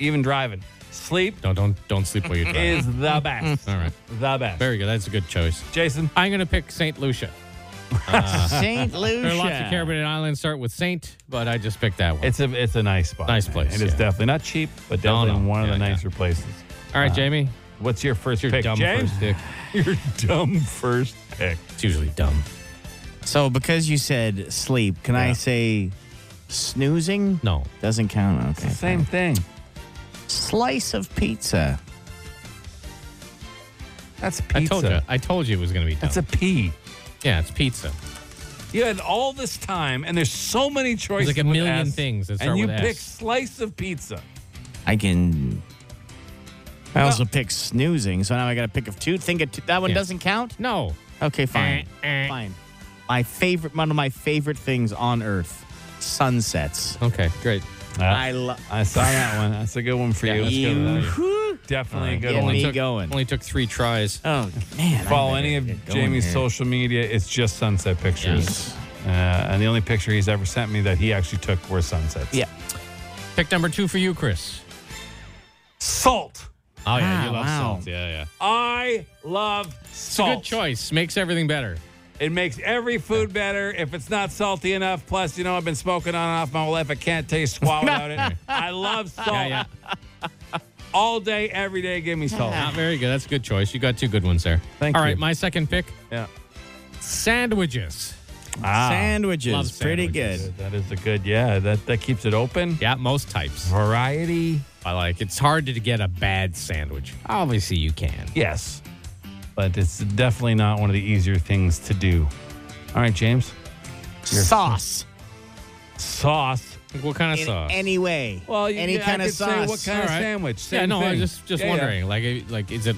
even driving, sleep No, don't don't sleep [LAUGHS] while you're driving. [LAUGHS] is the best. All right, The best. very good. That's a good choice. Jason, I'm gonna pick Saint Lucia. St. Lucia. Uh-huh. There are lots of Caribbean islands start with Saint, but I just picked that one. it's a it's a nice spot. Nice man. place, It is yeah. definitely not cheap, but No, definitely no. one of Yeah, the yeah. nicer places. All right, Jamie. What's your first Your uh, pick, dumb James? first pick. [LAUGHS] your dumb first pick. It's usually dumb. So, because you said sleep, can I say snoozing? No. Doesn't count. Okay. Same thing. Slice of pizza. That's pizza. I told you. I told you it was gonna be dumb. That's a P. yeah, it's pizza. You had all this time, and there's so many choices. like a with million S, things that and start you with S. pick slice of pizza. I can. I also picked snoozing, so now I got to pick of two. Think of two. that one Yeah. doesn't count. No. Okay, fine, Eh, eh. fine. My favorite, one of my favorite things on earth, sunsets. Okay, great. I love. I saw [LAUGHS] that one. That's a good one for you. Definitely a good Get one. me took, going. Only took three tries. Oh man! I Follow better any get of going Jamie's here. social media. It's just sunset pictures. Uh, and the only picture he's ever sent me that he actually took were sunsets. Yeah. Pick number two for you, Chris. Salt. Oh yeah, Ah, you love wow. salt. Yeah, yeah. I love It's a salt. good choice. Makes everything better. It makes every food better if it's not salty enough. Plus, you know, I've been smoking on and off my whole life. I can't taste squat [LAUGHS] without it. I love salt. Yeah, yeah. All day, every day, give me salt. [LAUGHS] Not very good. That's a good choice. You got two good ones there. Thank All you. right, my second pick. Yeah. Sandwiches. Ah. Ah, sandwiches, love pretty sandwiches. good. That is a good, yeah. That that keeps it open. Yeah, most types. Variety, I like. It's hard to get a bad sandwich. Obviously, you can. yes, but it's definitely not one of the easier things to do. All right, James. Sauce Sauce. Like, What kind of in sauce? any way. any yeah, I kind of could Say sauce. what kind All of right. sandwich? yeah, Same no, I thing. was just just Yeah, yeah. wondering. Like, eh, like is it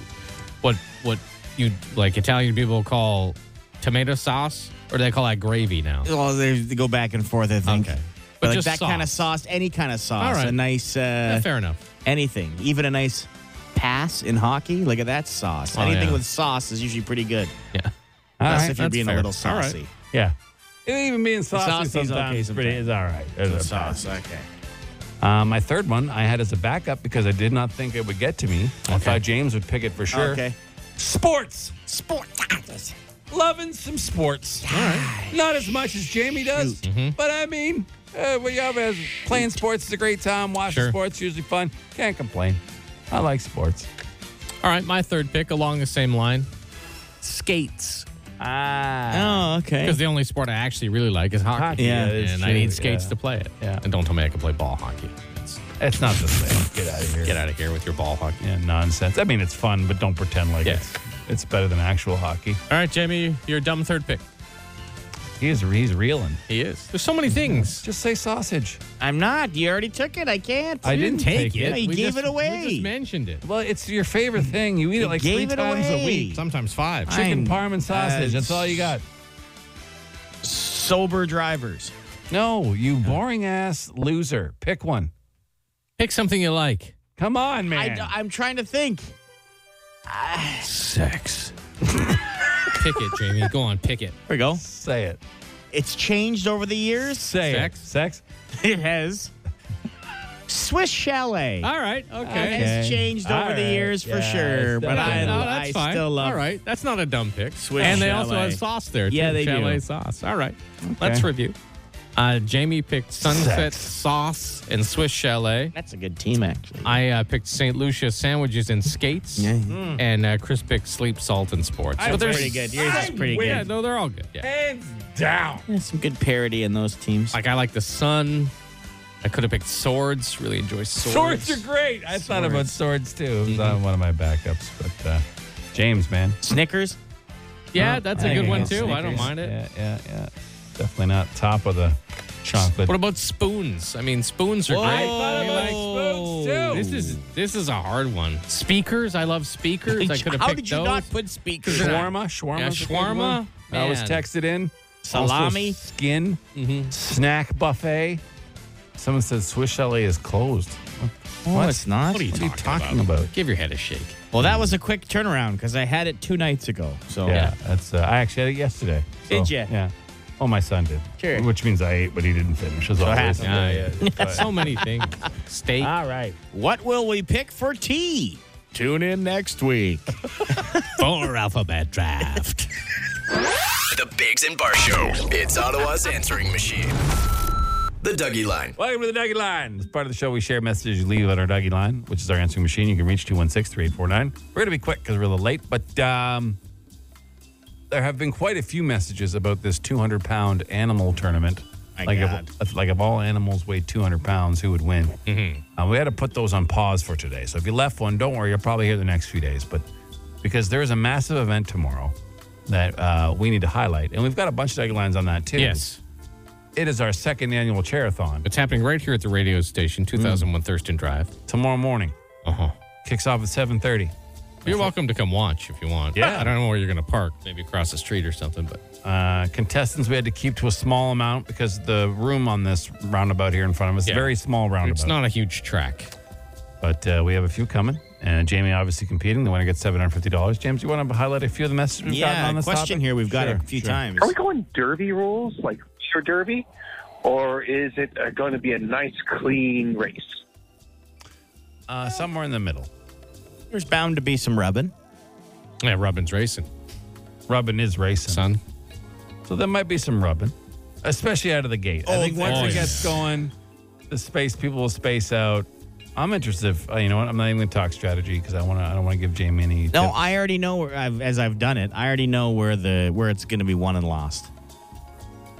what what you like Italian people call tomato sauce, or do they call that gravy now? Well, they they go Oh, back and forth. I think. Okay. But, like just that kind of sauce, any kind of sauce, All right. a nice. Uh, Yeah, fair enough. Anything, even a nice pass in hockey. Look at that sauce. Oh, anything yeah. with sauce is usually pretty good. Yeah. Unless right, if you're that's being fair. a little All right. saucy. Yeah. Even being saucy, Saucy is sometimes okay is pretty- sometimes. is all right. It's Good a pass. sauce. Okay. Uh, my third one I had as a backup because I did not think it would get to me. I thought James would pick it for sure. Okay. Sports. Sports. Loving some sports. Not as much as Jamie does, but I mean, uh, we have as playing sports is a great time. Watching Sure. sports usually fun. Can't complain. I like sports. All right, my third pick along the same line skates. Uh, Ah. Oh, okay. Because the only sport I actually really like is hockey. Hockey, yeah, that's and I true, need skates yeah. to play it. Yeah. And don't tell me I can play ball hockey. It's, It's not the same. Get out of here. get out of here with your ball hockey. Yeah, nonsense. I mean, it's fun, but don't pretend like Yeah. it's it's better than actual hockey. All right, Jamie, your dumb third pick. He is he's reeling. He is. There's so many things. Just say sausage. I'm not. You already took it. I can't. I didn't take Yeah, it. you We gave just- it away. We just mentioned it. Well, it's your favorite thing. You eat Mm. it like three gave it times away. a week. Sometimes five. I- Chicken I'm- parm and sausage. uh, That's all you got. Sober drivers. No, you boring ass loser. Pick one. Pick something you like. Come on, I, man. d- I'm trying to think. Sex. pick it, Jamie. Go on, pick it. Here we go. Say it. It's changed over the years. Say Sex? it. Sex. [LAUGHS] It has. Swiss Chalet. All right. Okay. It has changed over All the right. years for Yeah, sure, it's but definitely- I, no, I that's fine. still love All right. That's not a dumb pick. Swiss and they also chalet. have sauce there. Too. Yeah, they do. chalet sauce. All right. Let's review. Uh, Jamie picked Sunset Sauce and Swiss Chalet. That's a good team, actually. I uh, picked St. Lucia sandwiches and skates, Yeah. and uh, Chris picked sleep, salt, and sports. That's pretty good. Yours is pretty Yeah, good. no, they're all good. Yeah. Hands down. There's some good parody in those teams. Like I like the sun. I could have picked swords. Really enjoy swords. Mm-hmm. Swords are great. I thought about swords too. It was on one of my backups, but uh, James, man. Snickers. Yeah, that's a I good can one get too. I don't Snickers. mind it. Yeah, yeah, yeah. Definitely not top of the chocolate. What about spoons? I mean, spoons are Whoa. great. I thought about spoons, too. This is this is a hard one. Speakers. I love [LAUGHS] speakers. I could have How picked did you those. not put speakers? shawarma? Shawarma. shawarma? I was Man. Mm-hmm. texted in. Salami? Also skin. Snack buffet. Someone said Swiss Chalet is closed. Oh, What? it's not. what are you What talking, are you talking about? Give your head a shake. Well, that was a quick turnaround because I had it two nights ago. So Yeah, that's. Uh, I actually had it yesterday. Did ya? Yeah. Oh, my son did. Sure. Which means I ate, but he didn't finish. As always. happens. Yeah, yeah. But- [LAUGHS] So many things. Steak. All right. what will we pick for tea? Tune in next week. Four alphabet draft. The Biggs and Bar Show. It's Ottawa's answering machine. The Dougie Line. Welcome to the Dougie Line. It's part of the show. We share messages you leave on our Dougie Line, which is our answering machine. You can reach 216 3849. We're going to be quick because we're a little late, but um, there have been quite a few messages about this 200 pound animal tournament. My like, God. If, like, if all animals weighed 200 pounds, who would win? Mm-hmm. Uh, we had to put those on pause for today. So if you left one, don't worry. You'll probably hear the next few days. But because there is a massive event tomorrow that uh, we need to highlight, and we've got a bunch of Dougie Lines on that too. Yes. It is our second annual charathon. It's happening right here at the radio station, 2001 Mm. Thurston Drive. tomorrow morning. Uh huh. Uh-huh. Kicks off at 7.30. You're welcome to come watch if you want. Yeah. I don't know where you're going to park. Maybe across the street or something, but Uh, contestants we had to keep to a small amount because the room on this roundabout here in front of us is Yeah. a very small roundabout. it's not a huge track. But uh, we have a few coming. And Jamie obviously competing. The winner gets $750. James, you want to highlight a few of the messages [LAUGHS] we've gotten yeah, on this question topic? here we've got Sure, a few sure. times. Are we going derby rules, like sure derby, or is it uh, going to be a nice, clean race? Uh, somewhere in the middle. There's bound to be some rubbing. Yeah, Robin's racing, Rubbing is racing. son. So there might be some rubbing, especially out of the gate. I Oh, think once oh, it yeah. gets going, the space people will space out. I'm interested. If, uh, you know what? I'm not even going to talk strategy because I want to. I don't want to give Jamie any. No, tips. I already know where I've, as I've done it. I already know where the where it's going to be won and lost.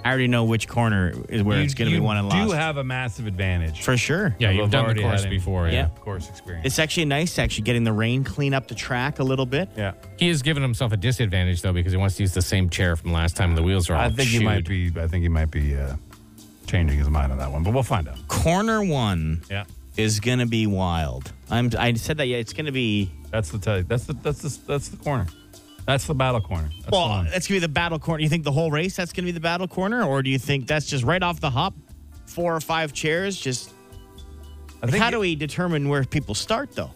I already know which corner is where You- it's going to be you won and do lost have a massive advantage. for sure. Yeah, I've you've done already the course had him. before. Yeah. Yeah. course experience. It's actually nice actually getting the rain clean up the track a little bit. yeah. He has given himself a disadvantage though because he wants to use the same chair from last time. and The wheels Oh, are all. I think he chewed. might be. I think he might be uh, changing his mind on that one, but we'll find out. Corner one Yeah, is going to be wild. I'm I said that yeah, it's going to be that's the t- that's the that's the that's the corner. That's the battle corner. That's the well, one. that's going to be the battle corner. You think the whole race that's going to be the battle corner or do you think that's just right off the hop four or five chairs. Just I Like, think how do we determine where people start though?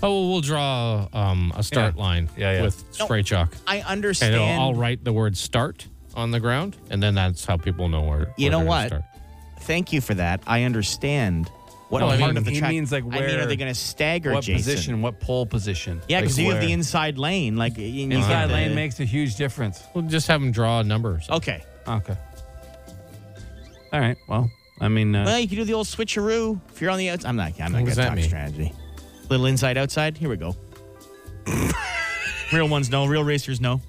Oh, well, we'll draw um, a start line with spray chalk. I And it'll- understand. I'll write the word start on the ground, and then that's how people know where. where they're You know gonna what? start. Thank you for that. I understand what No, part I of the mean, he track. means, like, I mean, where- are they going to stagger what Jason? position? What pole position? Yeah, because Like you have the where? inside lane. Like you need Inside the- lane makes a huge difference. We'll just have them draw a number. Okay. Okay. All right. Well, I mean, uh, Well, you can do the old switcheroo if you're on the outside. I'm not. I'm not What going to does that talk mean? strategy. Little inside outside. Here we go. real ones no. Real racers no.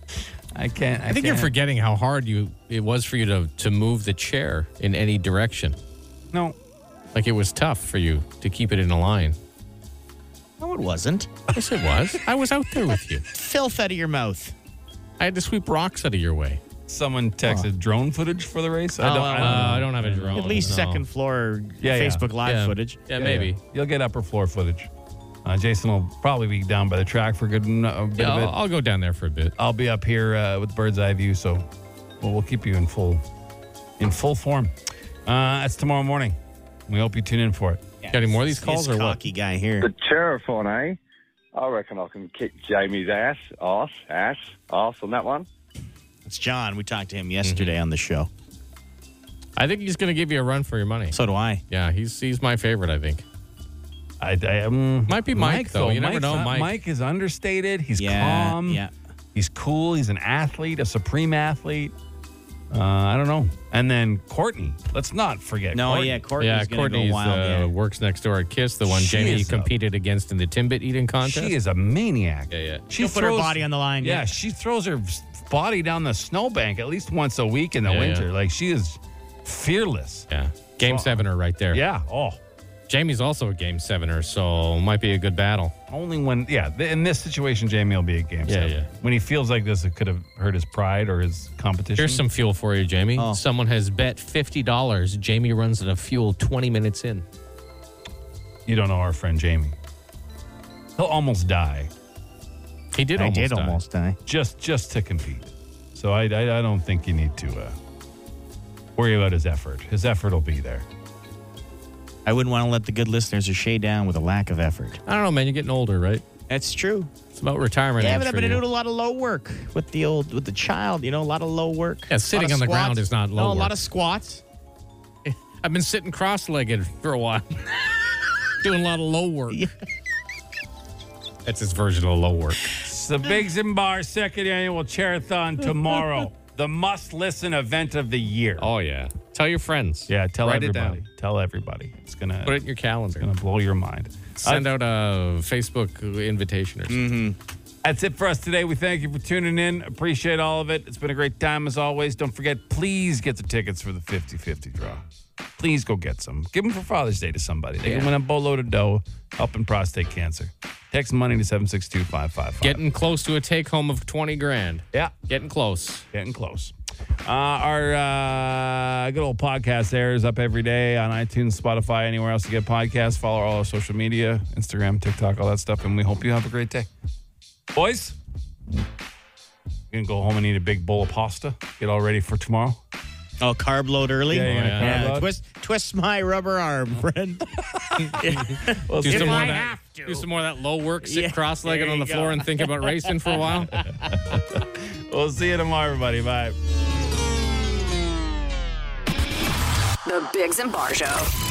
I can't. I, think you're forgetting how hard you it was for you to to move the chair in any direction. No. Like it was tough for you to keep it in a line. No, it wasn't. Yes, it was. [LAUGHS] I was out there with you. Filth out of your mouth. I had to sweep rocks out of your way. Someone texted drone footage for the race. Oh, uh, I don't have a drone, At least no. second floor Facebook Live Yeah. footage. Yeah, maybe. You'll get upper floor footage. Uh, Jason will probably be down by the track for a good n- a bit Yeah, of it. I'll, I'll go down there for a bit. I'll be up here uh, with bird's eye view, so well, we'll keep you in full in full form. Uh, that's tomorrow morning. We hope you tune in for it. Got any more of these calls or what? Cocky guy here. The terrifying, eh? I reckon I can kick Jamie's ass, ass, ass, ass on that one. It's John. We talked to him yesterday on the show. I think he's going to give you a run for your money. So do I. Yeah, he's he's my favorite. I think. I, I um, might be Mike, though. You never Mike's know, not- Mike. is understated. He's Yeah, calm. yeah. He's cool. He's an athlete, a supreme athlete. Uh, I don't know. And then Courtney. Let's not forget. No, yeah, Courtney's yeah, gonna go Courtney's wild, uh, yeah. works next door at Kiss, the one She Jamie is a- competed against in the Timbit eating contest. She is a maniac. Yeah, yeah. She She'll put her body on the line, Yeah, yeah. she throws her s- body down the snowbank at least once a week in the Yeah, winter. yeah. Like she is fearless. Yeah. Game So- sevener right there. Yeah. Oh, Jamie's also a game sevener, so might be a good battle. only when yeah. th- In this situation, Jamie will be a game. Yeah, seven. yeah. When he feels like this, it could have hurt his pride or his competition. Here's some fuel for you, Jamie. Oh. Someone has bet $50. Jamie runs out of fuel 20 minutes in. You don't know our friend Jamie. He'll almost die. He did. I almost did die. almost die. Just just to compete. So I I, I don't think you need to uh, worry about his effort. His effort will be there. I wouldn't want to let the good listeners of Shay down with a lack of effort. I don't know, man. You're getting older, right? That's true. It's about retirement. yeah, age but I've for been you. doing a lot of low work with the old with the child. You know, a lot of low work. Yeah, sitting A lot of on the ground squats. is not low No, a lot work. of squats. I've been sitting cross legged for a while, [LAUGHS] doing a lot of low work. That's his version of low work. It's the Bigs and Bar second annual Charathon tomorrow. the must listen event of the year. Oh, yeah. Tell your friends. Yeah, tell Write it everybody. down. Tell everybody. It's gonna Put it in your calendar. gonna blow your mind. Send out a Facebook invitation or something. Mm. That's it for us today. We thank you for tuning in. Appreciate all of it. It's been a great time as always. Don't forget, please get the tickets for the 50 50 draw. Please go get some. Give them for Father's Day to somebody. They can win a boatload of dough helping prostate cancer. Text money to 762 555. Getting close to a take home of 20 grand. Yeah. Getting close. Getting close. Uh, our uh, good old podcast airs up every day on iTunes, Spotify, anywhere else you get podcasts. Follow all our social media Instagram, TikTok, all that stuff. And we hope you have a great day. Boys, you can go home and eat a big bowl of pasta. Get all ready for tomorrow. Oh, carb load early. Yeah, you're gonna carb load. Twist, twist my rubber arm, friend. Well, Do see- some more I of that, Do some more of that low work, sit Yeah, cross-legged there on you the floor go. and think about racing for a [LAUGHS] while. we'll see you tomorrow, everybody. Bye. The Bigs and Bar Show.